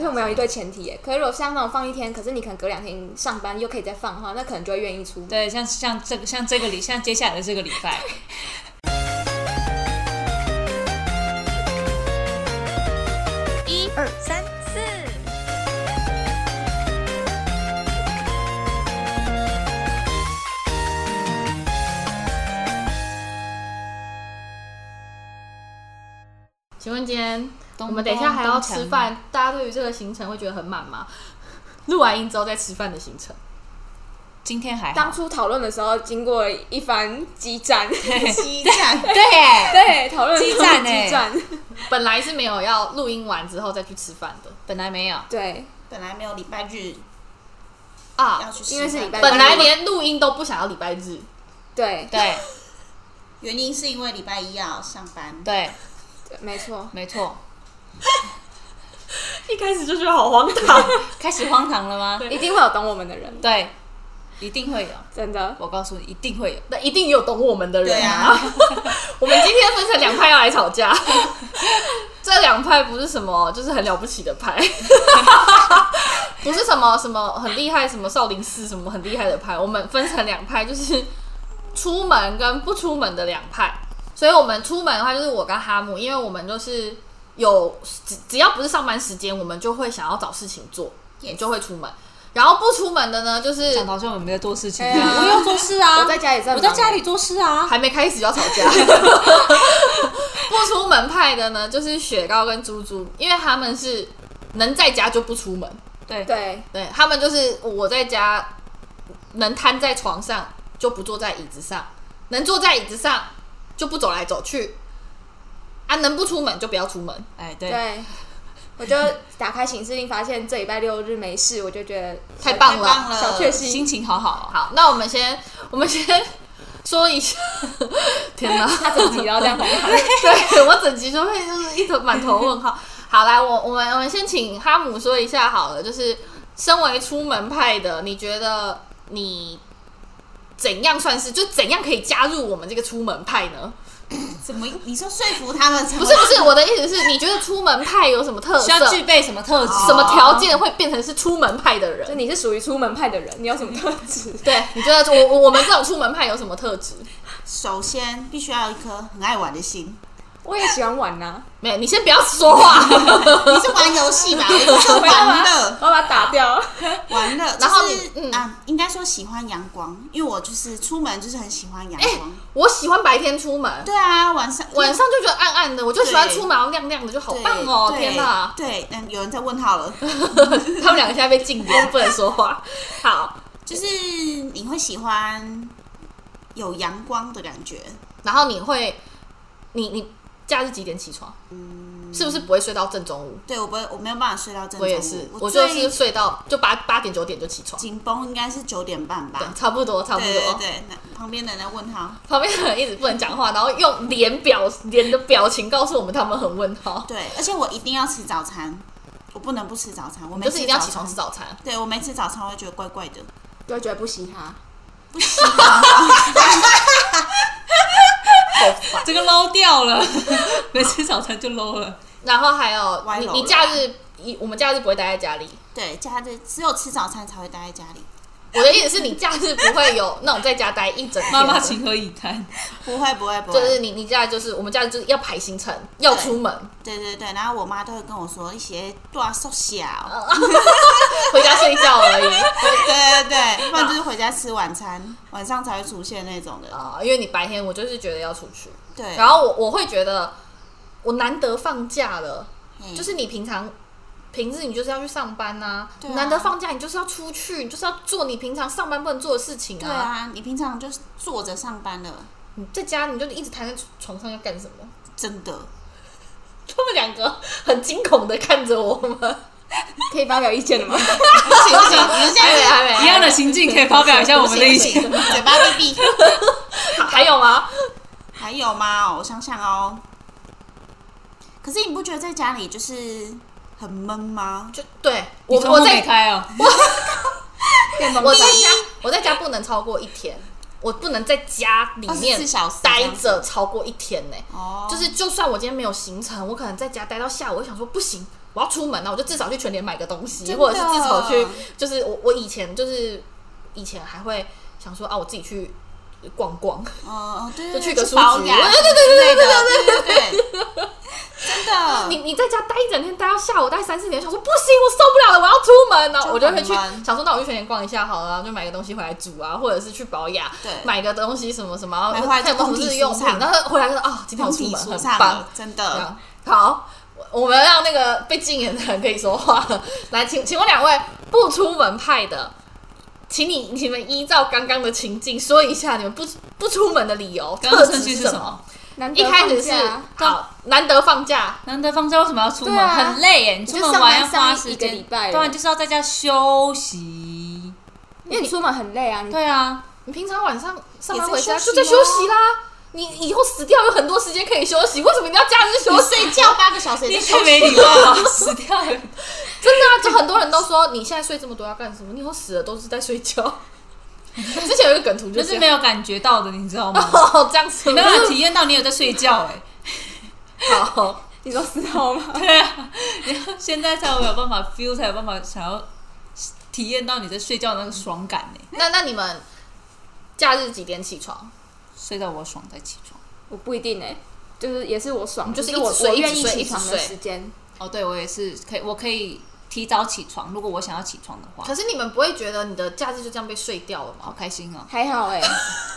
是我们有一对前提耶。可是如果像那种放一天，可是你可能隔两天上班又可以再放的话，那可能就会愿意出门。对，像像这个像这个礼，像接下来的这个礼拜，一二三四，请问今天咚我们等一下还要吃饭，大家对于这个行程会觉得很满吗？ 录完音之后再吃饭的行程，今天还当好，初讨论的时候，经过一番激战，激战，对耶，对，讨论的时候激战耶激战，本来是没有要录音完之后再去吃饭的本来没有，对，本来没有礼拜日要啊，去吃饭，因为是礼拜，本来连录音都不想要礼拜日，对对原因是因为礼拜一要上班，对，对没错，没错， 一开始就觉得好荒 唐。开始荒唐了吗？一定会有懂我们的人，对，一定会有，真的。我告诉你，一定会有。那一定有懂我们的人对啊！ 我们今天分成两派要来吵架， 这两派不是什么，就是很了不起的派， 不是什么什么很厉害，什么少林寺什么很厉害的派。我们分成两派，就是出门跟不出门的两派。所以我们出门的话，就是我跟哈姆，因为我们就是有只只要不是上班时间，我们就会想要找事情做，也 Yes 就会出门。然后不出门的呢，就是想好像我们没在做事情，哎呀我有做事啊，我在家也在忙我在家里做事啊，还没开始就要吵 架。不出门派的呢，就是雪糕跟猪猪，因为他们是能在家就不出门，对对，对他们就是我在家能瘫在床上就不坐在椅子上，能坐在椅子上就不走来走去，啊，能不出门就不要出门。哎对，对，我就打开行事令，发现这礼拜六日没事，我就觉得太棒了太棒了小确心幸。情好好哦，好，那我们先，我们先说一 下，天哪，他整集都这样哄他，对我整集就会就是一头满头问号。好，来，我我们我们先请哈姆说一下好了，就是身为出门派的，你觉得你怎样算是就怎样可以加入我们这个出门派呢？怎么你说说服他们？不是不是，我的意思是，你觉得出门派有什么 特需色？哦要具备什么特质？哦什么条件会变成是出门派的就人？你是属于出门派的人，你有什么特质？对，你觉得我我我们这种出门派有什么特质？首先必须要有一颗很爱玩的心。我也喜欢玩呐、没有，你先不要说 话。你是玩游戏吧？我是说我要把玩它 乐，我要把它打掉。玩乐。然后就你是嗯啊，应该说喜欢阳光，因为我就是出门就是很喜欢阳哎、光。我喜欢白天出门，对啊，晚上 晚上就觉得暗暗的，我就喜欢对出门要亮亮的，就好对棒哦！对天哪， 对，嗯，有人在问号了， 他们两个现在被禁言，不能说话。好，就是你会喜欢有阳光的感觉，然后你会，你你假日几点起床？是不是不会睡到正中午？对我不会，我没有办法睡到正中午。我也是，我我就是最睡到就八八点九点就起床，紧绷应该是九点半吧对，。差不多差不对对多。对，那旁边的人在问号。旁边的人一直不能讲话，然后用脸表 脸的表情告诉我们他们很问号，对，而且我一定要吃早餐，我不能不吃早餐。我没就吃是一定要早起床餐吃。早餐。对我没吃早餐，我会觉得怪怪的。 啊就会觉得不稀哈。这个捞掉了， 没吃早餐就捞了。然后还有歪你楼你了假日你我们假日不会待在家里，对，家的只有吃早餐才会待在家里，我的意思是你假日不会有那种在家待一整天的。妈妈情何以堪？不会不会不会。就是你你假日就是我们假日就是要排行程，要出门，对对对，然后我妈都会跟我说一些多少小，哦回家睡觉而已对对对，不然就是回家吃晚餐，晚上才会出现那种的。啊、因为你白天我就是觉得要出去，对，然后我我会觉得我难得放假了，嗯就是你平常。平日你就是要去上班呐、对啊难得放假你就是要出去，你就是要做你平常上班不能做的事情对啊，你平常就是坐着上班了，你在家你就一直躺在床上要干什么？ 真的。他们两个很惊恐的看着我们，可以发表意见 了吗？不行不行，你们现还没在还没一样的行径可以发表一下我们的意哎不行见。不行嘴巴闭闭。还有吗？还有吗？我想想哦。可是你不觉得在家里就是很闷吗？就对你我窗户我没在开哦，电动我车在家，我在家不能超过一天，我不能在家里面24小时这待样子着超过一天呢、哦，就是就算我今天没有行程，我可能在家待到下午，我就想说不行，我要出门了，我就至少去全联买个东西，真的或者是至少去，就是我我以前就是以前还会想说啊，我自己去逛逛，哦，对就对去对，个去书保局养，对对对对对对对对，真的，你你在家待一整天，待到下午待三四点，想说不行，我受不了了，我要出门了，我就会去就很闷想说，那我去全联逛一下好了，就买个东西回来煮啊，或者是去保养，对买个东西什么什么，然买后回来看有没有就什工么体日用舒品畅，然后后来就说啊，今天我出体门舒很畅棒，，真这的样好。我我们让那个被禁言的人可以说话了。来，请 请问两位不出门派的，请你你们依照刚刚的情境说一下你们不不出门的理由，刚刚特顺质序是是什么？么？难一得开始放是假，啊好难得放假，难得放假为什么要出门？对啊很累耶，你出就门上玩要班花上时一个间，礼拜了对啊，你就是要在家休息。因为你出门很累啊，你对啊，你平常晚上上班也在回家休就息在吗休息啦。你以后死掉有很多时间可以休息，为什么一定要假日休我 息？睡觉八个小嗯时也你在太没礼貌了，死 掉了。真的啊，就很多人都说你现在睡这么多要干什么？你以后死了都是在睡觉。 之前有一个梗图就就是是这没样有感觉到的，你知道 吗？哦， 这样子没办法体验到你有在睡觉哎、好。你说知道吗？对啊，你现在才有办法 feel，才有办法想要体验到你在睡觉的那个爽感哎、那那你们假日几点起床？睡到我爽再起床。 我不一定哎、就是也是我爽，就是我一直睡我愿一意直睡起床的一直睡时间。哦，对我也是可以，我可以提早起床，如果我想要起床的话，可是你们不会觉得你的假日就这样被睡掉了吗？好开心哦。还好哎、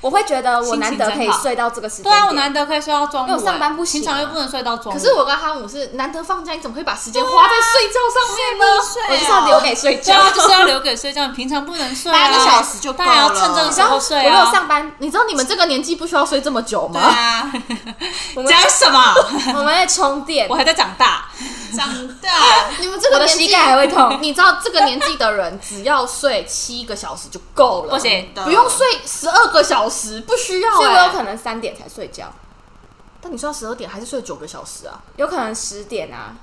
我会觉得我难得可以睡到这个时间对啊，我点。难得可以睡到中午、因为我上班不行啊平常又不能睡到中午。可是我跟哈姆是难得放假，你怎么会把时间花在睡觉上面呢？我啊就是要留给睡 对觉。啊，就是要留给睡觉，你平常不能睡、啊，八个小时就够当然要了趁这个时候睡我如啊。果上班，你知道你们这个年纪不需要睡这么久对吗？啊， 我们讲什么？ 我们在充电我，还在长大。长大你们这个我的年纪膝盖还会痛你知道这个年纪的人只要睡七个小时就够了，不行的不用睡十二个小时，不需要、所以欸。我有可能三点才睡觉，但你睡到十二点还是睡九个小时啊？有可能十点啊。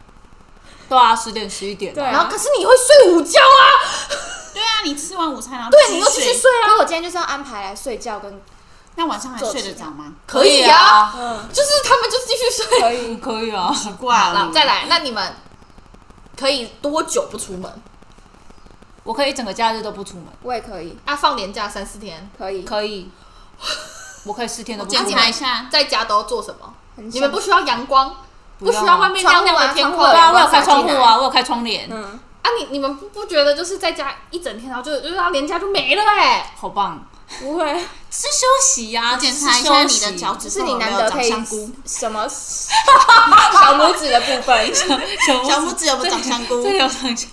对啊，十点十一点、对啊然后可是你会睡午觉啊，对啊，你吃完午餐然后对你又继续睡，睡啊，所以我今天就是要安排来睡觉跟那晚上还睡得着吗？可以啊，啊，嗯就是他们就继续睡。可以。可以啊。奇怪好了了，，再来，那你们可以多久不出门？我可以整个假日都不出门，我也可以，啊，放年假三四天，可以。可以，我可以四天都不出检门。查一下，在家都做什么？很你们爽不需要阳光，不不要啊需要外面亮亮的天空窗户对啊啊，窗户我有开窗户我有开进来啊，我有开窗帘，嗯，啊你？你们不不觉得就是在家一整天，然后就就是要连假就没了哎、好棒。不会，是休息呀、啊，我检查一下你的脚脚趾只是头你有没难有得可长以香菇，什 么小拇指的部分， 小小拇指有没有长香菇这？里有长香。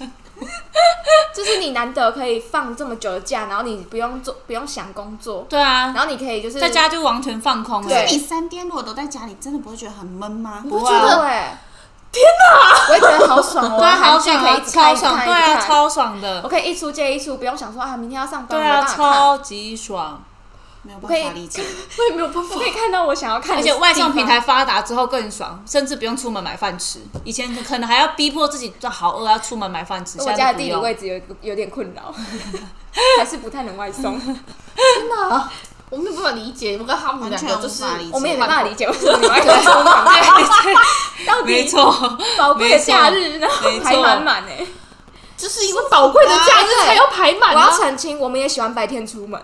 就是你难得可以放这么久的假，然后你不用做，不用想工作，对啊，然后你可以就是在家就完全放空对了。你三天如果都在家里，真的不会觉得很闷吗？啊不哇觉得哎、天哪，我也觉得好爽 哦，对啊，好韩剧可爽啊，以一直看超一直看爽，一对直啊，看超爽的我，可以一出接一出，不用想说啊，明天要上班，对我没办啊，法看，超级爽。没有我可办以法理解，我也没有办法，我可以看到我想要看的而地且方，外送平台发达之后更爽，甚至不用出门买饭吃。以前可能还要逼迫自己，好饿要出门买饭吃。我现家的在都地不理用位置有有点困 扰，还是不太能外 送，真的啊，我没有办法理解，我跟他们完两全个就无是法理解。我们也没办法理解为什么你们要冲忙，到没底错，宝贵的假日，然后没错排满满哎。就是因为宝贵的假日才要排满我要啊。澄清，我们也喜欢白天出门，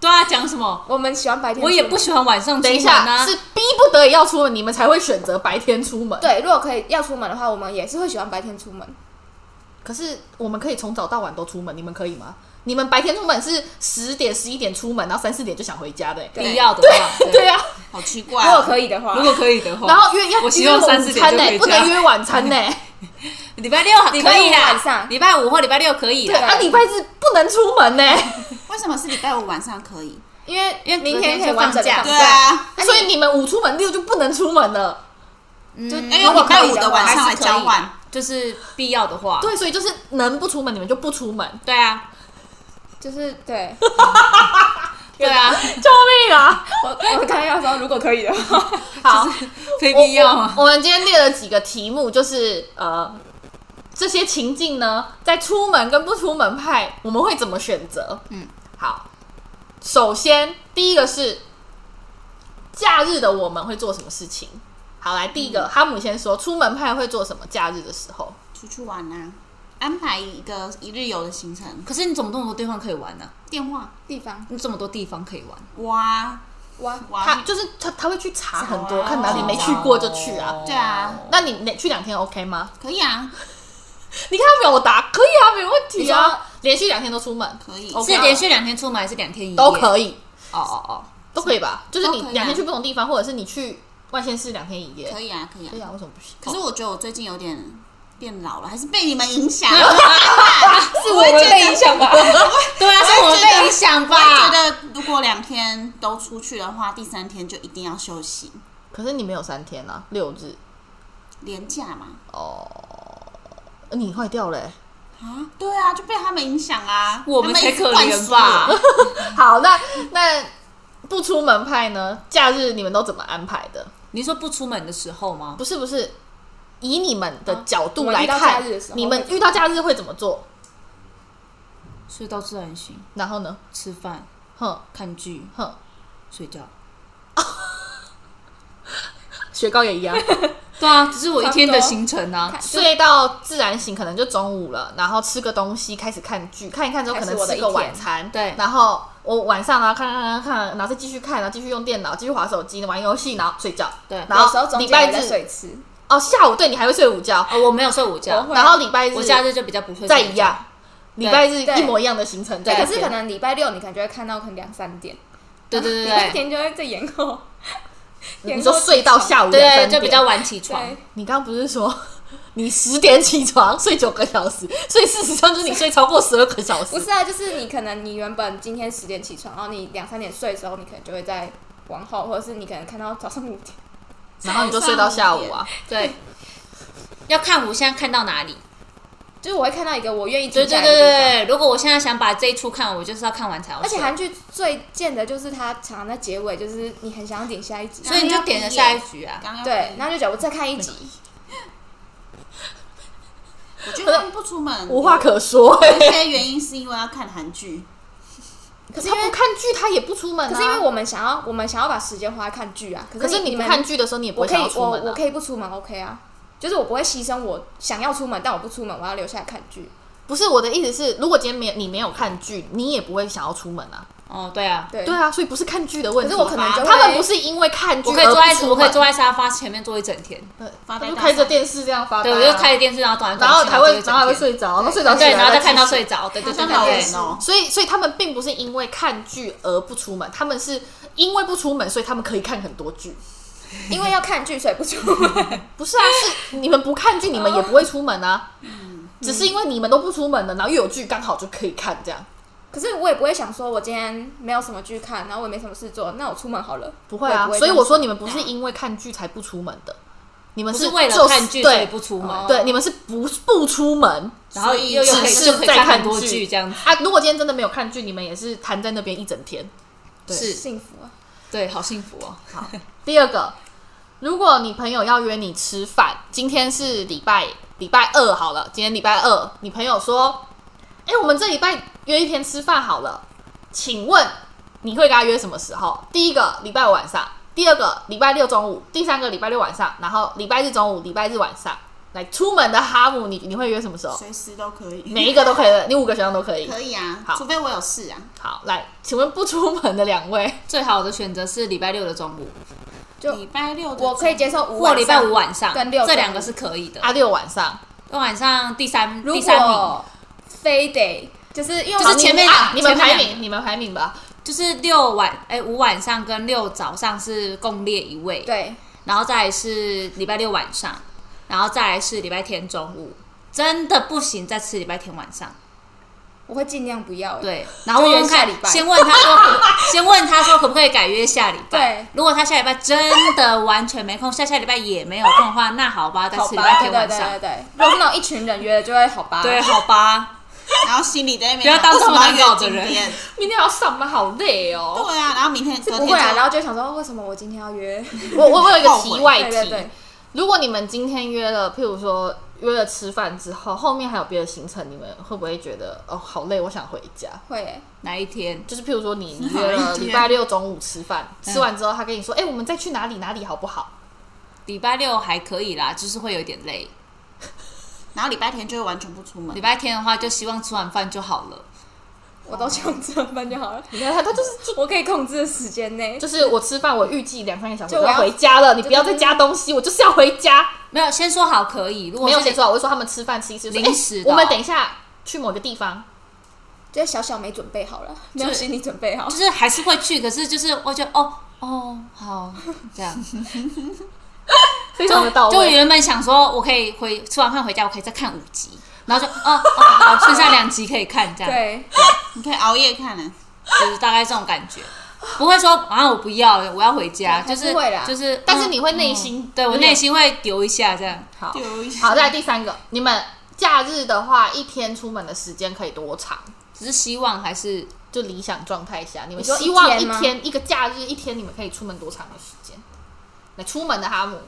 对啊，讲什么？我们喜欢白天出我门。也不喜欢晚上出等一门下，啊是。逼不得已要出门，你们才会选择白天出门。，对，如果可以要出门的话，我们也是会喜欢白天出门。可是我们可以从早到晚都出门，你们可以吗？你们白天出门是十点、十一点出门，然后三四点就想回家的、欸。对必要的话，对啊，好奇如果怪，可以的话如，果可以的话，然后约要我希约望晚三四点餐就呢、回不能家。约晚餐欸呢、礼拜六可礼拜五以晚啦上，礼拜五或礼拜六可以 对啦。啊，礼拜日不能出门欸呢、为什么是礼拜五晚上可以？因为因为明隔天天可以就完整放地假放对啊，那你 所以你们五出门，六就不能出门了。就因如为果礼拜可以五的的晚话，上来交还是换，就是必要的话，对，所以就是能不出门，你们就不出门。对啊，就是对对啊， 救命啊！ 我我刚才要说，如果可以的话，好，非我必要啊吗？我？我们今天列了几个题目，就是呃，这些情境呢，在出门跟不出门派，我们会怎么选择？嗯，好。首先，第一个是假日的我们会做什么事情？好，来第一个，哈姆先说，出门派会做什么？假日的时候，出去玩啊，安排一个一日游的行程。可是你怎么这么多地方可以玩呢、啊？电话地方你这么多地方可以玩，哇哇，哇，他就是他他会去查很多，查啊看哪里没去过就去啊。对啊那你那去两天 OK 吗？可以啊，你看他表达可以啊，没问题你说啊，连续两天都出门可以。哦啊 OK 是连续两天出门还是两天一夜都可以，哦哦哦，都可以吧？就是你都可以啊两天去不同地方，或者是你去外县市两天一夜，可以啊，可以啊对。啊，为什么不行？可是我觉得我最近有点变老了，还是被你们影响。 是我们被影响吧？对啊，是我们被影响我也觉吧？得，如果两天都出去的话，第三天就一定要休息， 可是你没有三天啊，六日廉价嘛。哦，呃你坏掉嘞、欸啊，对啊，就被他们影响啊。我们他才一直可灌输怜吧我？好，那那不出门派呢？假日你们都怎么安排的？你说不出门的时候吗？不是不是，以你们的角度我们来遇到看假日的时，候你们遇到假日会怎么做？睡到自然醒，然后呢？吃饭、哼看剧、哼，睡觉。雪糕也 一样，对啊，只是我一天的差不多行程啊。睡到自然醒，可能就中午了，然后吃个东西，开始看剧，看一看之后可能开始我的吃一个天晚餐，对然后我晚上然后看看看看，然后再继续看，然后继续用电脑，继续划手机，玩游戏，然后睡觉，对然有时候后中礼间拜还在日水池，哦下午对你还会睡午觉，哦，我没有睡午觉，会然后礼拜日我假日就比较不会睡午觉再一。样，礼拜日一模一样的行程在对，那可边，是可能礼拜六你可能就会看到可能两三点，对对礼 拜对对天就会在延后，你说睡到下午对两三对，点就比较晚起床。对，你刚刚不是说你十点起床睡九个小时，所以事实上就是你睡超过十二个小不时。是啊，就是你可能你原本今天十点起床，然后你两三点睡的时候，你可能就会在往后，或者是你可能看到早上五点， 然后你就睡到下午啊，对，要看我现在看到哪里。就是我会看到一个我愿意对停对下来对的对地方。对，如果我现在想把这一出看完，我就是要看完才要睡。而且韩剧最贱的就是它常常在结尾，就是你很想要点下一集，所以你就点了下一局啊。刚刚对，然后就觉得我再看一集，我觉得他们不出门，无话可说、有一些原因是因为要看 韩剧，可是他不看剧，他也不出门、啊。可是因为我们想要我们想要把时间花在看剧啊，可是是你你不们看剧的时候，你也不我会可想以要出我门、我啊。可以不出门，OK 啊，就是我不会牺牲我想要出门，但我不出门，我要留下来看剧。不是我的意思是，如果今天没有你没有看剧，你也不会想要出门啊。哦，对啊，对对啊，所以不是看剧的问题吧。可是我可能就会他们不是因为看剧我可以坐而不在出门我可以坐在沙发前面坐一整天，发我呃呆就到开着电视这样发呆对啊、我就开着电视，然后转来然转去，后还会，然然后还后会就一整天睡着，然后睡着起来对，然后再看到继续睡着，对对好对像对老对人哦。所以，所以他们并不是因为看剧而不出门，他们是因为不出门，所以他们可以看很多剧。因为要看剧，所以不出门。不是啊，是你们不看剧，你们也不会出门啊。只是因为你们都不出门了，然后又有剧，刚好就可以看这样。可是我也不会想说，我今天没有什么剧看，然后我也没什么事做，那我出门好了。不会啊，我也这所以样我说你们不是因为看剧才不出门的，你们不是是为就了是看剧所以对不出门，哦对，你们是不不出门。然后所以又又可以只是就可以在看看很多剧剧这样子，啊，如果今天真的没有看剧，你们也是瘫在那边一整天。对是，幸福啊！对，好幸福哦。第二个，如果你朋友要约你吃饭，今天是礼拜礼拜二好了，今天礼拜二，你朋友说，哎、我们这礼拜约一天吃饭好了，请问你会跟他约什么时候？第一个礼拜五晚上，第二个礼拜六中午，第三个礼拜六晚上，然后礼拜日中午，礼拜日晚上。来出门的哈姆，你你会约什么时候？随时都可以，每一个都可以的，你五个选项都可以。 可以啊好，除非我有事啊。好，来，请问不出门的两位，最好的选择是礼拜六的中午就礼拜六的我可以接受五或晚上礼拜五晚上，跟六这两个是可以的。阿六晚上，晚上第三如第三名果非得就是因为就是我前面啊两你们前面排两名，你们排名吧。就是六晚哎五晚上跟六早上是共列一位，对然后再来是礼拜六晚上，然后再来是礼拜天中午。真的不行，再吃礼拜天晚上。我会尽量不要、欸。，对，然后就问约问下看礼，拜先问他说可不，先问他说可不可以改约下礼拜对。如果他下礼拜真的完全没空，下下礼拜也没有空的话，那好吧，再好吃礼吧，拜对天对晚对对上。对。如果是那种一群人约的，就会好吧。对，，啊好吧。然后心里在那边不要当为什这么么难搞要约的今人天？明天还要上班，好累哦。对啊，然后明天隔不天会啊，就然后就会想说，为什么我今天要约？我我我有一个题外 对对对题，，如果你们今天约了，譬如说约了吃饭之后，后面还有别的行程，你们会不会觉得哦好累，我想回家？会、欸。哪一天？就是譬如说你约了礼拜六中午吃饭，吃完之后他跟你说，哎、我们再去哪里哪里好不好？礼拜六还可以啦，就是会有点累。然后礼拜天就会完全不出门礼。拜天的话，就希望吃完饭就好了。我都想上班就好了，你看他，他就是我可以控制的时间内。就是我吃饭，我预计两三个小时就我我要要回家了，你不要再加东西，我就是要回家。没有，先说好可以。如果没是有先说好，我就说他们吃饭吃一吃，就说临时欸的我们哦等一下去某个地方，就是小小没准备好了，没有就是心理准备好就。是还是会去，可是就是我觉得哦哦好这样，非常的到就就位。原本想说我可以回吃完饭回家，我可以再看五集，然后就哦哦好，剩下两集可以看这样，对，你可以熬夜看啊呢、就是大概这种感觉，不会说啊我不要了，我要回家，对还就是是会啦就是，但是嗯你会内心对我有点内心会丢一下这样，好丢一下好，再来第三个，你们假日的话，一天出门的时间可以多长？只是希望还是就理想状态下，你们你说希望一一天吗天一个假日一天，你们可以出门多长的时间？那出门的哈姆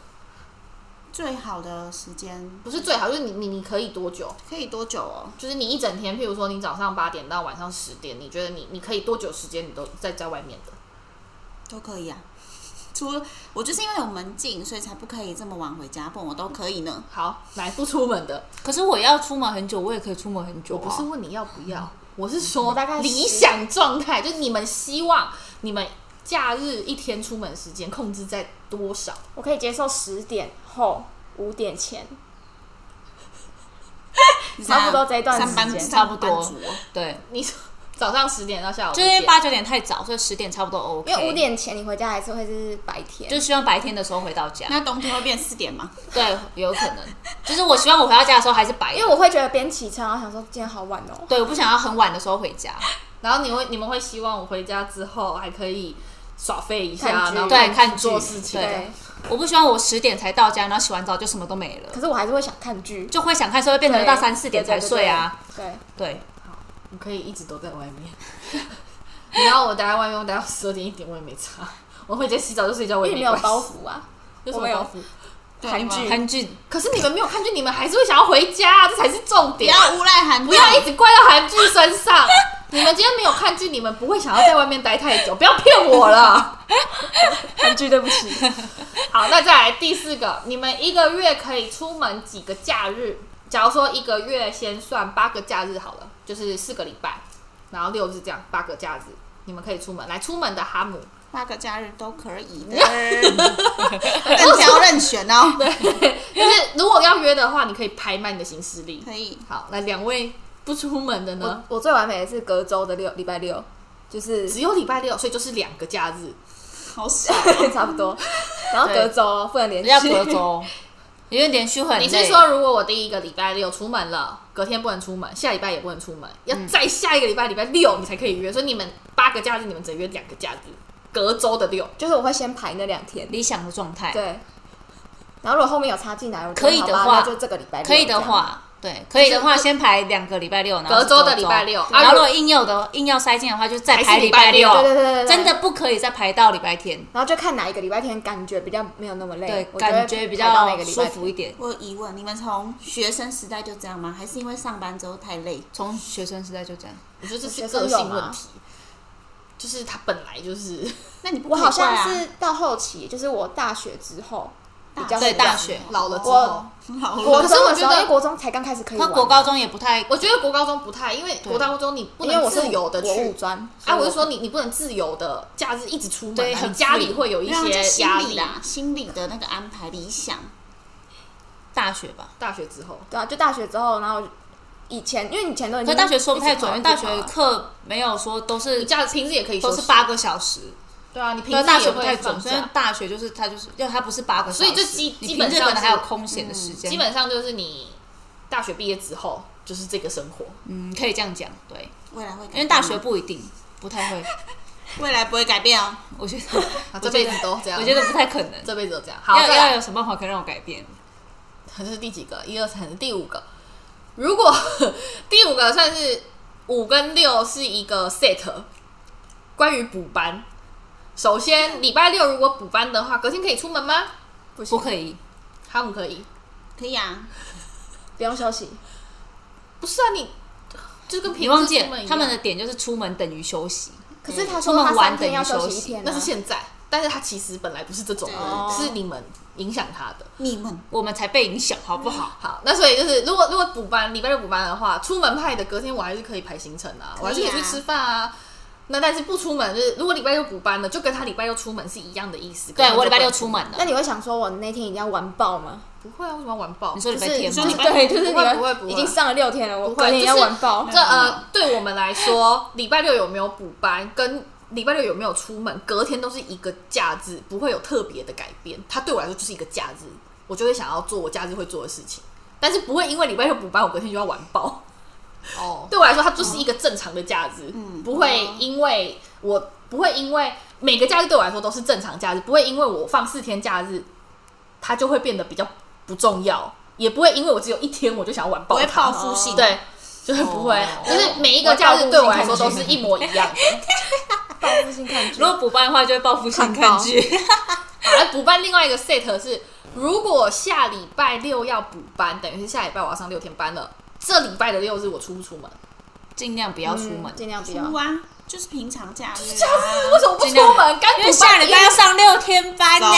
最好的时间不是最好，就是你你你可以多久？可以多久哦？就是你一整天，譬如说你早上八点到晚上十点，你觉得你你可以多久时间你都在在外面的？都可以啊。 除了我就是因为有门禁，所以才不可以这么晚回家，不然我都可以呢。好，来不出门的，可是我要出门很久，我也可以出门很久、我啊。不是问你要不要，我是说嗯大概理十想状态，就是你们希望你们假日一天出门时间控制在多少？我可以接受十点后、五点前，你差不多这一段上班时间差不多上班族哦对，你 说早上十点到下午五就点是八九点太早，所以十点差不多 OK。因为五点前你回家还是会是白天。就希望白天的时候回到家。那冬天会变四点吗？对，有可能，就是我希望我回到家的时候还是白的，因为我会觉得边骑车，然后想说今天好晚哦。对，我不想要很晚的时候回家，然后你会你们会希望我回家之后还可以耍废一看下，剧然后对看剧做事情。对，我不希望我十点才到家，然后洗完澡就什么都没了可，是我还是会想看剧，就会想看，所以会变成对到三四点才睡啊。。对对对对，对，你可以一直都在外面。 你要我待在外面，我待到十二点一点我也没差，我回家洗澡就睡觉，我对也因为没没有关系包，袱啊，有什我么没有包袱？对韩剧你们韩剧可是你们没有看剧，你们还是会想要回家，这才是重不点。要诬赖韩剧，啊不要一直怪到韩剧 身上。你们今天没有看剧，你们不会想要在外面待太久，不要骗我了。 韩剧对不起， 好，那再来第四个，你们一个月可以出门几个假日？假如说一个月先算八个假日好了，就是四个礼拜，然后六日这样八个假日，你们可以出门。来，出门的哈姆，八个假日都可以 的，任挑任选哦。就是如果要约的话，你可以排满你的行事历。可以，好，那两位不出门嗯的我呢？我最完美的是隔周的六礼拜六，就是 只有礼拜六，所以就是两个假日。好爽。差不多，然后隔周哦不能连续，要隔周，因为连续很累你是说，如果我第一个礼拜六出门了，隔天不能出门，下礼拜也不能出门，要再下一个礼拜礼拜六你才可以约，所以你们八个假日，你们只约两个假日，隔周的六。就是我会先排那两天，理想的状态？对。然后如果后面有插进来，我觉得可以的好吧话那就这个礼拜六可以的这样，话。对，可以的话，就是先排两个礼拜六，然后隔是周的礼拜六啊然后如如果硬要的硬要塞进的话，就再还是排礼礼拜拜六六。对对对对，对真的。不可以再排到礼拜天，然后就看哪一个礼拜天感觉比较没有那么累，对，我就会感觉比排到哪较个礼舒拜服一点。我有疑问，你们从学生时代就这样吗？还是因为上班之后太累？从学生时代就这样，我觉得这是学生个有性吗问题，就是他本来就是那你不我可以好像怪啊是到后期，就是我大学之后比较会对这样大学老了之后我，老国中的可了是我觉时候得因为国中才刚开始可以他玩，国高中也不太我觉得国高中不太，因为国高中你不因为能我是自由的国五去。专，啊，我所是以说你你不能自由的假日一直出门对啊，很你家 free 里会有一没有啊就些心压理力。啦，心理的那个安排理想，大学吧。大学之后，对啊，就大学之后，然后以前因为以前都已经可是大嗯学说不太准，因一为直大跑一直跑学了课没有说都啊你是假平时也可以休都息是八个小时，对啊，你平对，时大学也不会太放准，所以假。大学就是它就是，因为它不是八个小时，所以就基你基平本日上可能还有是嗯空闲的时间，基本上就是你大学毕业之后就是这个生活。嗯可以这样讲，对，未来会改因变吗为大嗯学不一定，不太会，未来不会改变哦。我觉得啊，这辈子都这样，我觉得不太可能，这辈子都这样。 好，要再来要有什么办法可以让我改变？这是第几个？一二三，第五个。如果 第五个算是五跟六是一个 set，关于补班。首先，礼拜六如果补班的话，隔天可以出门吗？不行不可以，他们可以。可以啊，不用休息，不是啊，你就跟你平忘时记出了门一样他们的点就是出门等于休息，可是他出说门他嗯玩三天等于要休休息一息天啊，那是现在，但是他其实本来不是这种人，对是你们影响他的。你们我们才被影响，好不 好？好，那所以就是，如果如果补班，礼拜六补班的话，出门派的隔天我还是可以排行程啊，我还是可以去吃饭啊。那但是不出门，就是如果礼拜六补班了，就跟他礼拜六出门是一样的意思。对根本就我礼拜六不出门 那了，你会想说，我那天一定要完爆吗？不会啊，为什么要完爆你？说礼就拜是天就吗是？对，就是你不会不会不们会已经上了六天了，我不隔会天一定要就是完爆。这嗯呃，对我们来说，礼拜六有没有补班，跟礼拜六有没有出门，隔天都是一个假日，不会有特别的改变。它对我来说就是一个假日，我就会想要做我假日会做的事情，但是不会因为礼拜六补班，我隔天就要完爆。哦，对我来说，它就是一个正常的假日，嗯不会因为我不会因为每个假日对我来说都是正常假日，不会因为我放四天假日，它就会变得比较不重要，也不会因为我只有一天我就想要完不爆会它，报复性，，对，就是不会，哦就是每一个假日对我来说都是一模一样的。报复性抗拒如。果补班的话，就会报复性看剧。 好来补办另外一个 set 是，如果下礼拜六要补班，等于是下礼拜我要上六天班了，这礼拜的六日我出不出门？尽量不要出门嗯，尽量不要出。啊，就是平常假日啊，为什么不出门？干因补为下礼拜要上六天班呢、走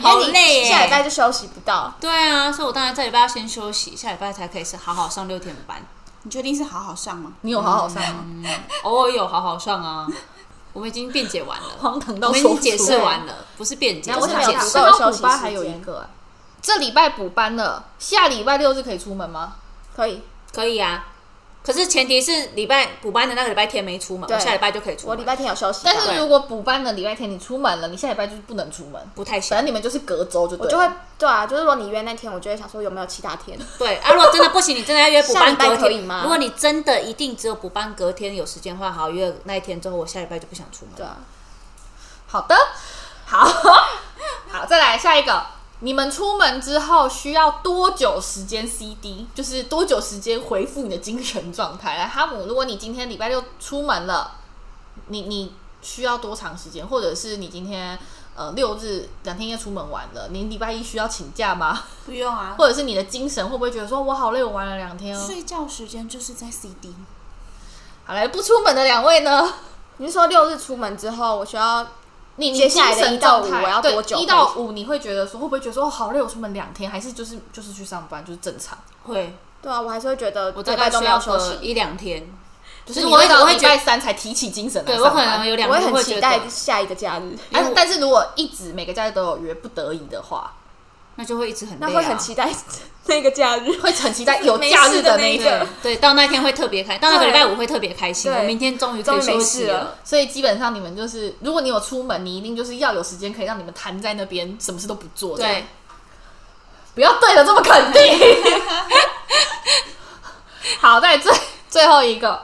好因为你累耶、下礼拜就休息不到。对啊，所以我当然这礼拜要先休息，下礼拜才可以是好好上六天 班。你确定是好好上吗？你有好好上吗？偶尔有好好上啊，我们已经辩解完了，荒唐我到们已说经不解出释来完了，不是辩解，那我是想解有释足。够的休息补班时还有一间个、欸，这礼拜补班了，下礼拜六日可以出门吗？可以，可以啊，可是前提是礼拜补班的那个礼拜天没出门，对我下礼拜就可以出我门。礼拜天有休息到，但是如果补班的礼拜天你出门了，你下礼拜就是不能出门，不太反行，正你们就是隔周就对我了。就会对啊，就是如果你约那天，我就会想说有没有其他天。对啊。如果真的不行，你真的要约补班下礼隔拜可以天吗如果你真的一定只有补班隔天有时间的话，好约那一天之后，我下礼拜就不想出门。对啊，好的，好 好，再来下一个。你们出门之后需要多久时间 CD？就是多久时间回复你的精神状态？来，哈姆，如果你今天礼拜六出门了，你你需要多长时间？或者是你今天呃六日两天要出门玩了，你礼拜一需要请假吗？不用啊，或者是你的精神会不会觉得说我好累，我玩了两天哦？睡觉时间就是在 CD，好来，不出门的两位呢？你是说六日出门之后，我需要你你接下来的精神一到五状态我要对多久一到五你会觉得说会不会觉得说哦好累，我出门两天，还是就是就是去上班就是正常？会，对啊，我还是会觉得我这大礼概拜都需没要有休个息，一两天，就就是是我你会会到我会礼觉拜得，三才提起精神来对上我班。可能有两我会天很觉期得待下一个假日，因为但我但是如果一直每个假日都有约，不得已的话，那就会一直很累、那啊，会很期待那个假日。会很期待有假日那一没事的那一天个。对，到那一天会特别开，到那个对礼拜五会特别开心。对我明天终于可终以于没休事息了了。所以基本上你们就是，如果你有出门，你一定就是要有时间可以让你们瘫在那边，什么事都不做。这样对， 不要对的这么肯定。 好，再来最最后一个，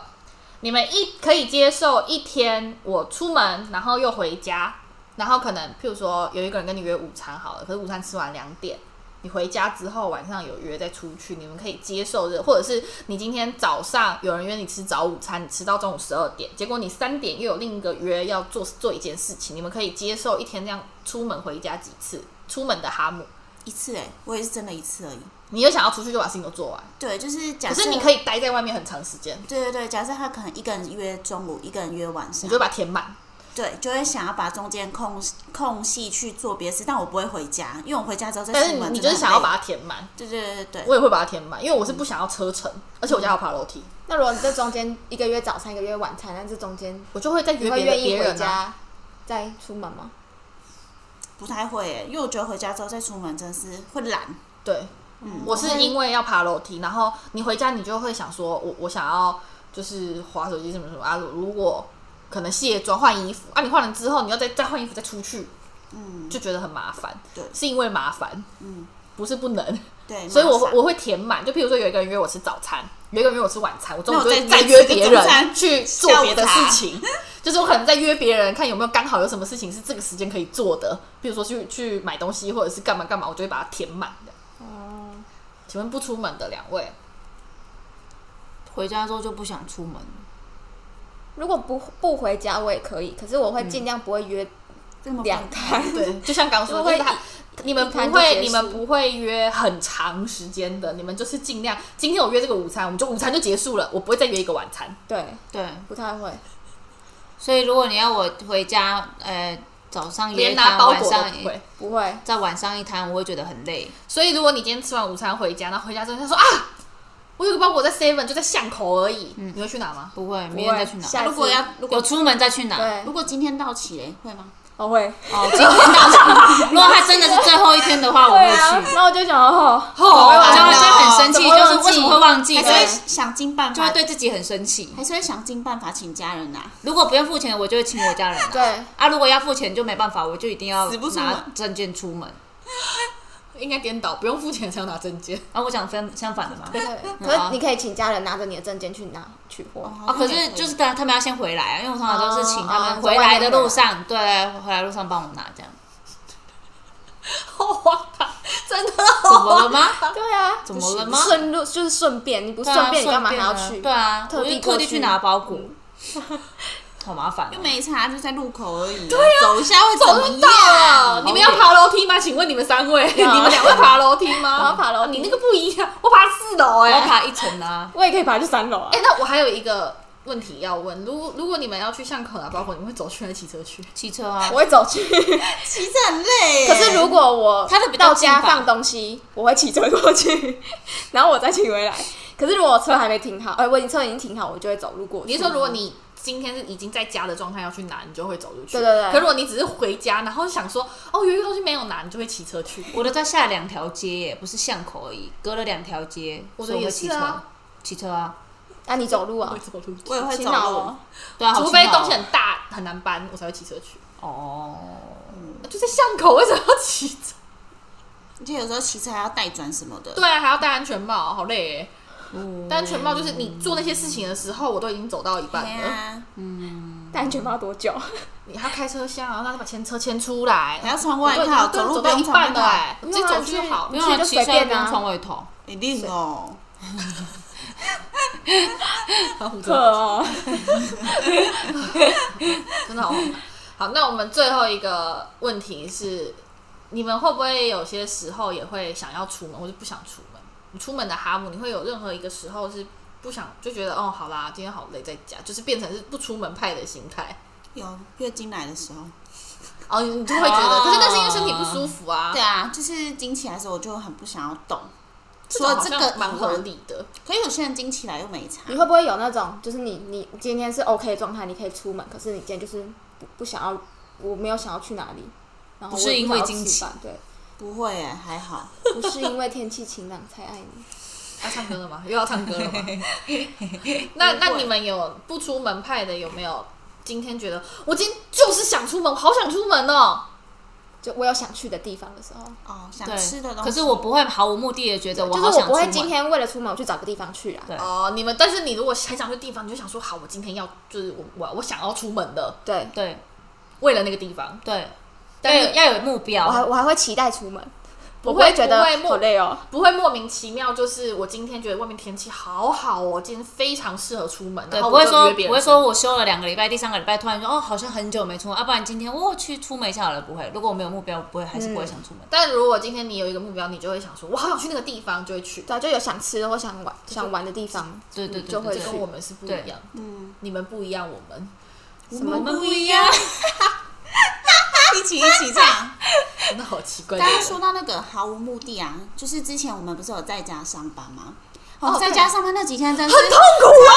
你们一可以接受一天我出门，然后又回家，然后可能譬如说有一个人跟你约午餐好了，可是午餐吃完两点。你回家之后晚上有约再出去，你们可以接受这，或者是你今天早上有人约你吃早午餐，你吃到中午十二点，结果你三点又有另一个约要做做一件事情，你们可以接受一天这样出门回家几次？出门的哈姆，一次哎、我也是真的一次而已。你又想要出去就把事情都做完，啊对，就是假可设是你可以待在外面很长时间，对对对，假设他可能一个人约中午，一个人约晚你上就，把它填满。对，就会想要把中间空空隙去做别的事，但我不会回家，因为我回家之后再但是出你门，你就是想要把它填满，对对对对对，我也会把它填满，因为我是不想要车程，嗯而且我家要爬楼梯，那如果你这中间一个月早餐，一个月晚餐，那这中间我就会再你约会别的愿意别回人啊。家再出门吗？不太会哎、因为我觉得回家之后再出门真是会懒，对，嗯，我是因为要爬楼梯，然后你回家你就会想说，我我想要就是滑手机什么什么啊，如果可能卸妆换衣服啊，你换了之后你要再再换衣服再出去，嗯就觉得很麻烦。对是因为麻烦，嗯不是不能。对，所以我麻会烦我会填满，就譬如说有一个人约我吃早餐，有一个人约我吃晚餐，我中午那就我会再再约约吃个别中人餐去做下午别的茶事情， 就是我可能在约别人看有没有刚好有什么事情是这个时间可以做的，譬如说去去买东西或者是干嘛干嘛，我就会把它填满的。哦，请问不出门的两 位，回家之后就不想出门了。如果不不回家我也可以，可是我会尽量不会约这么两开，摊。对，就像刚刚说，就会就是他你们一不谈就结会束你们不会约很长时间的，你们就是尽量今天我约这个午餐，我们就午餐就结束了，我不会再约一个晚餐。对，对，不太会。所以如果你要我回家，呃，早上也连拿包裹都晚上不会也。不会，在晚上一摊，我会觉得很累。所以如果你今天吃完午餐回家，然后回家之后他说啊，我有个包裹在 Seven 就在巷口而已，嗯你会去拿吗？不会，明天再去拿。下如果次要如有果出门再去拿。对如，果今天到期嘞，会吗？我会。哦，今天到期。如果他真的是最后一天的话，我对会啊，去。然后我就想哦，好然玩后哦就很生怎气，么就忘是记为什么会忘记？还是会对，想尽办就会法，对自己很生气。还是会想尽办法请家人啊拿。如果不用付钱，我就会请我家人拿。对，啊，如果要付钱就没办法，我就一定要死不出门拿证件出门。应该颠倒，不用付钱才要拿证件。 啊，我想分相反的嘛。对可是你可以请家人拿着你的证件去拿取货。啊，可哦是就是他他们要先回来啊，因为我通常都是请他哦们哦回来的路上，对，回来路上帮我拿这样。好荒唐，真的怎么了吗？对啊，怎么了吗？顺路就是顺便，你不对 啊顺便你干嘛还顺便要啊去？对啊，特我地就过嗯特地去拿包裹，好麻烦哦。又没差，就在路口而已。对啊，走一下会怎早么就到啊了。样？你们要爬楼梯吗？请问你们三位，你们两位爬楼梯 吗？我要啊爬嗯楼梯你那个不一样，我爬四楼我哎、要爬一层啊，欸我也可以爬去三楼啊哎、。那我还有一个问题要问，如如果你们要去巷口拿啊包裹，你们会走去还是骑车去？骑车啊我。会走 去，骑车很累耶。可是如果我它的比较到家近吧放东西，我会骑车过去， 然后我再骑回来。可是如果我车还没停好，哎、我已经车已经停好，我就会走路过去。你是说如果你今天是已经在家的状态要去拿，你就会走路去？对对对可如果你只是回家，然后想说哦有一个东西没有拿，你就会骑车去。我的在下两条街耶，不是巷口而已，隔了两条街，我的所以也会是骑啊车，骑车啊，啊，你走路啊会，走路去，我也会骑走脑路哦，，对啊，好除非奇怪哦东西很大很难搬，我才会骑车去。哦，就在巷口，为什么要骑车？而且有时候骑车还要带转什么的。对啊，还要戴安全帽，好累哎。嗯戴安全帽就是你做那些事情的时候，我都已经走到一半对了。啊，嗯戴安全帽多久？你还要开车厢，然后让他把钱车牵出来，还要穿外我都已套，经走啊路走不到用一穿半外了套，哎，不直用接啊走去去好不。用啊去就骑随车不便用啊穿外套，一定哦。嗯 可啊哦，真的 好荒唐。好，那我们最后一个问题是，你们会不会有些时候也会想要出门，或者不想出门？你出门的哈姆，你会有任何一个时候是不想，就觉得哦，好啦，今天好累，在家，就是变成是不出门派的心态。有月经来的时候，哦，你你就会觉得，哦可是那是因为身体不舒服啊。对啊，就是经起来的时候，我就很不想要动。种说好这像个蛮以合外理的。可是有些人经起来又没差你，会不会有那种，就是你你今天是 OK 的状态，你可以出门，可是你今天就是不不想要，我没有想要去哪里，然后不我是也因想为要经吃期饭对，不会哎，还好。不是因为天气晴朗才爱你。要唱歌了吗？又要唱歌了 吗？那那你们有不出门派的有没有？今天觉得我今天就是想出门，我好想出门哦。就我有想去的地方的时候，哦，想吃的对，东西。可是我不会毫无目的的觉得我就好是我想不出会门，嗯今天为了出门我去找个地方去啦。对哦，你们，但是你如果很想去地方，你就想说，好，我今天要就是我我我想要出门的，对，对为了那个地方，对，但要是有要有目我还标，我还会期待出门，不我会会觉得不会莫好累哦。不会莫名其妙就是我今天觉得外面天气好好哦，今天非常适合出门，对，然后不我会就说约别人不会说我休了两个礼拜，第三个礼拜突然说哦，好像很久没出门，啊要不然今天我去出门一下好了，不会。如果我没有目标，不会还是不会想出门。但如果今天你有一个目标，你就会想说，我好想去那个地方，就会去，对啊，就有想吃的或想玩想玩的地方，对对嗯对就会对这对跟去我。们是不一样，嗯，你们不一样，我们 什么不一样？一起一起唱。真的好奇怪。刚对刚不对说到那个毫无目的啊，就是之前我们不是有在家上班吗？哦哦，在对家上班那几天真是很痛苦啊！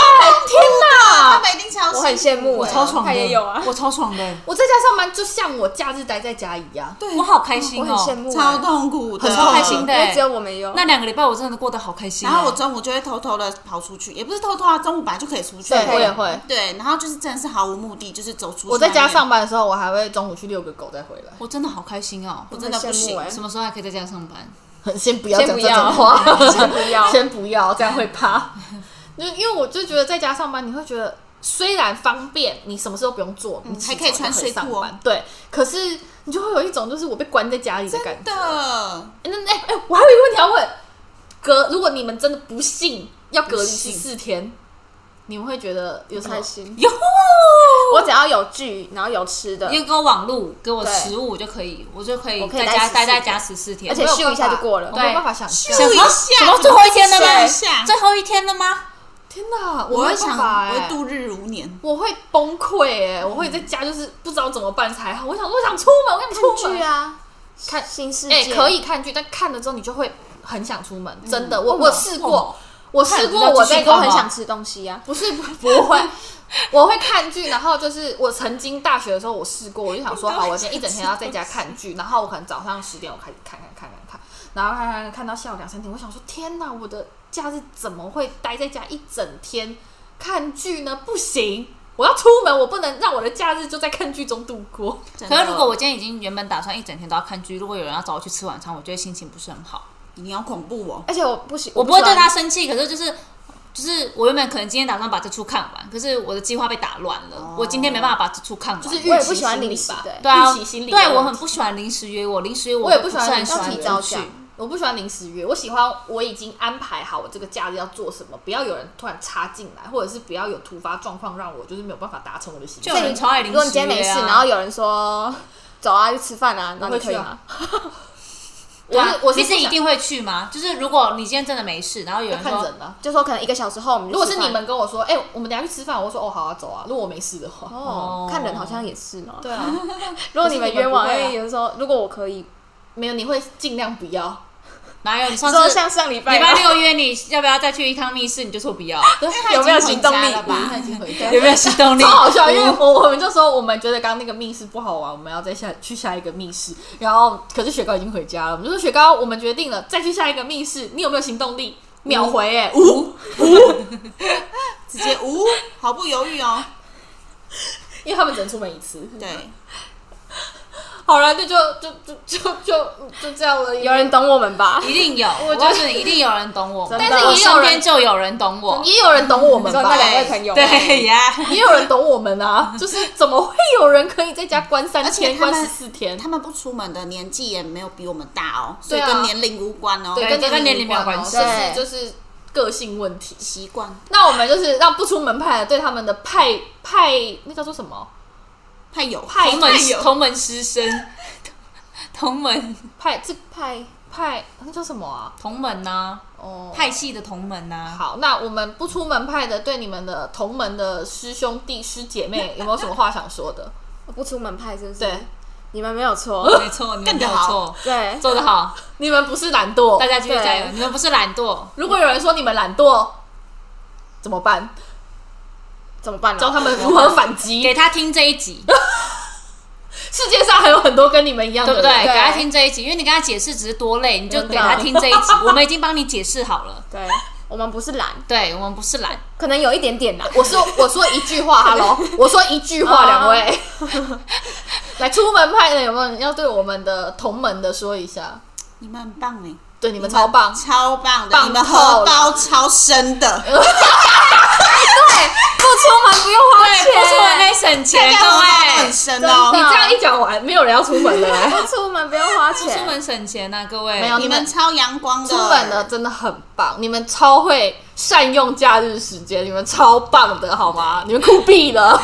天哪，他们一定超我很羡慕我欸超爽的，他也有啊我超爽的，我在家上班，就像我假日待在家一样，对我好开心我很羡哦。慕欸，超痛苦的，很超开心的欸因为只有我没有。那两个礼拜我真的过得好开心哦。然后我中午就会偷偷的跑出去，也不是偷偷啊，中午本来就可以出去。对我也会。对，然后就是真的是毫无目的，就是走出去。我在家上，班的时候，我还会中午去遛个狗再回来。 我真的好开心哦。我真的不行我很羡慕欸什么时候还可以在家上班？先不要先讲不这种要话， 先不要 先不要，这样会怕。 就因为我就觉得在家上班，你会觉得虽然方便，你什么事都不用做，你起嗯还可以床穿就睡上裤哦班，对，可是你就会有一种就是我被关在家里的感真觉。的哎那哎哎，我还有一个问题要问，隔如果你们真的不幸要隔离十四天，你们会觉得有什么开？心，哟，我只要有剧，然后有吃的，又给我网路，给我对食物，我就可以，我就可以我可以在待家14待在家十四天，而且我没有咻一下办法就过了我没有对办法想象什。么咻一什下么最后一天了咻吗？一下最后一天了吗？天哪，我没有会办想，法我哎、会度日如年。我会崩溃哎、我会在家就是不知道怎么办才好。我想，我想出门，我想出看剧门。啊，看新世界，哎、可以看剧，但看了之后你就会很想出门，真的。我为什么我试过，我试看了比过，较我继续在美看国吗很想吃东西啊，不是不不会，我会看剧，然后就是我曾经大学的时候，我试过，我就想说，好，我今天一整天要在家看剧，然后我可能早上十点我开始看看看看看，然后看看看看到下午两三点，我想说，天哪，我的假日怎么会待在家一整天看剧呢？不行。我要出门，我不能让我的假日就在看剧中度过。真的可是如果我今天已经原本打算一整天都要看剧，如果有人要找我去吃晚餐，我觉得心情不是很好。你好恐怖哦，而且我不喜，我我不会喜欢对他生气，可是就是就是我原本可能今天打算把这出看完，可是我的计划被打乱了，我今天没办法把这出看完。就是我预也期不喜欢心理临时吧的对啊预期心，理的问对题我很不喜欢临时约我，临时约我我也不喜欢是很喜欢要提约早去讲。我不喜欢临时约，我喜欢我已经安排好我这个假日要做什么，不要有人突然插进来，或者是不要有突发状况让我就是没有办法达成我的行就程有。人超爱临如果时约、啊、你今天没事，然后有人说走啊去吃饭啊，那你可以吗？我对啊是我是你是不想一定会去吗？就是如果你今天真的没事，然后有要人看说人啊。就说可能一个小时后我们就如果是吃饭你们跟我说，哎、我们等一下去吃饭，我说哦好啊，走啊。如果我没事的话，哦，看人好像也是哦。对啊，如果你们约往，可是你因们不会啊为有人说如果我可以， 没有你会尽量不要，哪有你上说次像上礼拜哦礼拜吗六约你要不要再去一趟密室，你就说不要，对他有没有已经回行动家力了吧？他已经回家有没有行动力？超好笑，因为我我们就说我们觉得刚刚那个密室不好玩，我们要再下去下一个密室。然后可是雪糕已经回家了，我们就说雪糕，我们决定了再去下一个密室，你有没有行动力？秒回哎、无，直接无，毫不犹豫哦。因为他们只能出门一次。对，好了，那就就就就就就这样了。有人懂我们吧？一定有，我觉得告诉你，一定有人懂我，真的但是我我身身边边就有人懂我，也有人懂我你们说吧那？两位朋友吗，对呀，也有人懂我们啊，就是怎么会有人可以在家关三而且天、他关们十四天？他们不出门的年纪也没有比我们大哦，所对以啊跟年龄无关哦，对跟跟年龄龄无没有关哦关系甚至对就是个性问题。习惯那我们就是让不出门派的对他们的派派，那叫做什么？太有派同门 派友同门师生，同门派这派派那叫什么啊？同门呐、哦，派系的同门啊呐、好，那我们不出门派的对你们的同门的师兄弟师姐 妹有没有什么话想说的？不出门派是不是？对，你们没有 错。没错，你们干没得有好错，对，做得好，你们不是懒惰大，家继续对加油，你们不是懒惰，如果有人说你们懒惰，怎么办？怎么办啊呢教？他们如何反给击。他听这一集，世界上还有很多跟你们一样的对不人，对？对给他听这一集，因为你跟他解释只是多累，你就真的给他听这一集。我们已经帮你解释好了，对，我们不是懒，对我们不是懒，可能有一点点懒。我说我说一句 话，hello，我说一句话，哦 两位，来出门派的有没有人要对我们的同门的说一下？你们很棒哎，对，你们超棒，超棒的，棒你们透荷了包超深的， 不出门不用花对，不出门可以省大钱，家各荷包都很位，深真哦的。你这样一讲完，没有人要出门了、哎不出门不用花不出钱，门省钱呐、各位。没有你们超阳光的，出门的真的很棒，你们超会善用假日时间，你们超棒的好吗？你们酷毙了！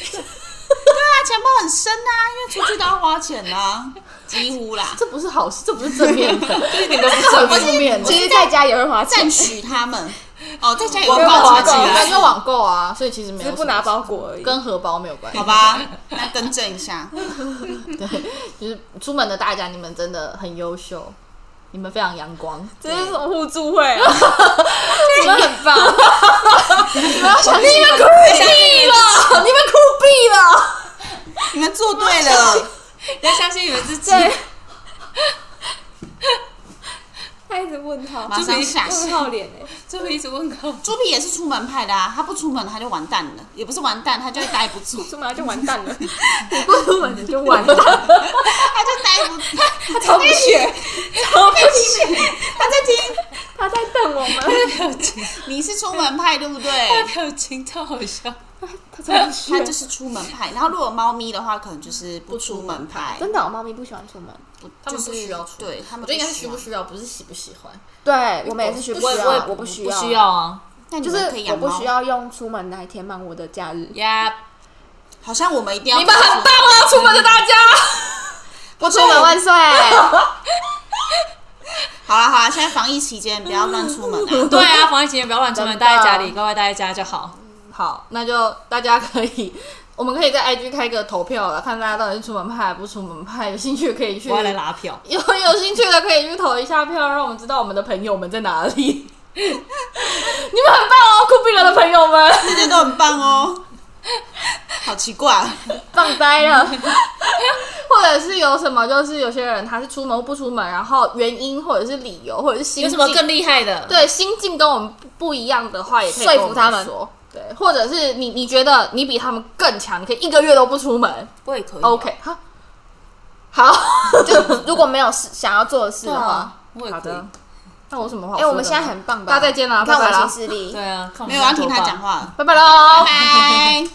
他钱包很深啊，因为出去都要花钱啊， 几乎啦。 这不是好事，这不是正面 的，这一点都不我正不是面的。其实在家也会花钱赞，许他们哦，在家有我个没有花花起钱我感来，觉网购啊，所以其实没只有是什不么拿包裹而已。跟荷包没有关系好。吧？那更正一下，就是出门的大家，你们真的很优秀，你们非常阳光。这是什么互助会啊？你们很棒，你们酷毙了， 你们酷毙了！你们做 对了，要相信你们自己。对。他一直问 号，马上下问线。号脸哎，最后一直问口，猪皮也是出门派的啊，他不出门他就完蛋了，也不是完蛋，他就会待不住， 出门就完蛋了，不出门你就完蛋。他就待不住。他超不屑，超不屑，他在听，他在瞪我们，表情，你是出门派对 不对？啊表情超好笑。他超不屑他就。是出门派，然后如果猫咪的话，可能就是不出门派，真的哦，猫咪不喜欢出门。不他们就是不需要出门对他我们觉得应该是需需不要需要，不是喜不喜欢。对我们也是需不需我要，也我不需不要，需要啊那你就们是可以我养不猫需，要用出门来填满我的假日。呀！好像我们一定要你们很棒啊，出门的大家，不出门万岁！好啦好啦，现在防疫期间不要乱出门 啊。对啊，防疫期间不要乱出门，真的待在家里，乖乖待在家就好。好，那就大家可以，我们可以在 IG 开个投票了，看大家到底是出门派还不出门派。有兴趣可以去，我要来有拉票， 有兴趣的可以去投一下票，让我们知道我们的朋友们在哪里。 你们很棒哦，酷毙了的朋友们，这些都很棒哦。好奇 怪啊，棒呆了。 或者是有什么，就是有些人他是出门或不出门，然后原因或者是理由或者是心有境什么更厉害的？对心境跟我们不不一样的话，也可以说服跟我他们说。对，或者是你你觉得你比他们更强，你可以一个月都不出门。我也可以啊。 OK，好，好， 就如果没有事想要做的事的话，我也好可以的。那我什么好哎、说的呢？我们现在很棒吧？大家再见啦你看拜拜啦我行事力对。啊，看我们没有要听多他棒讲话了。拜拜喽。拜。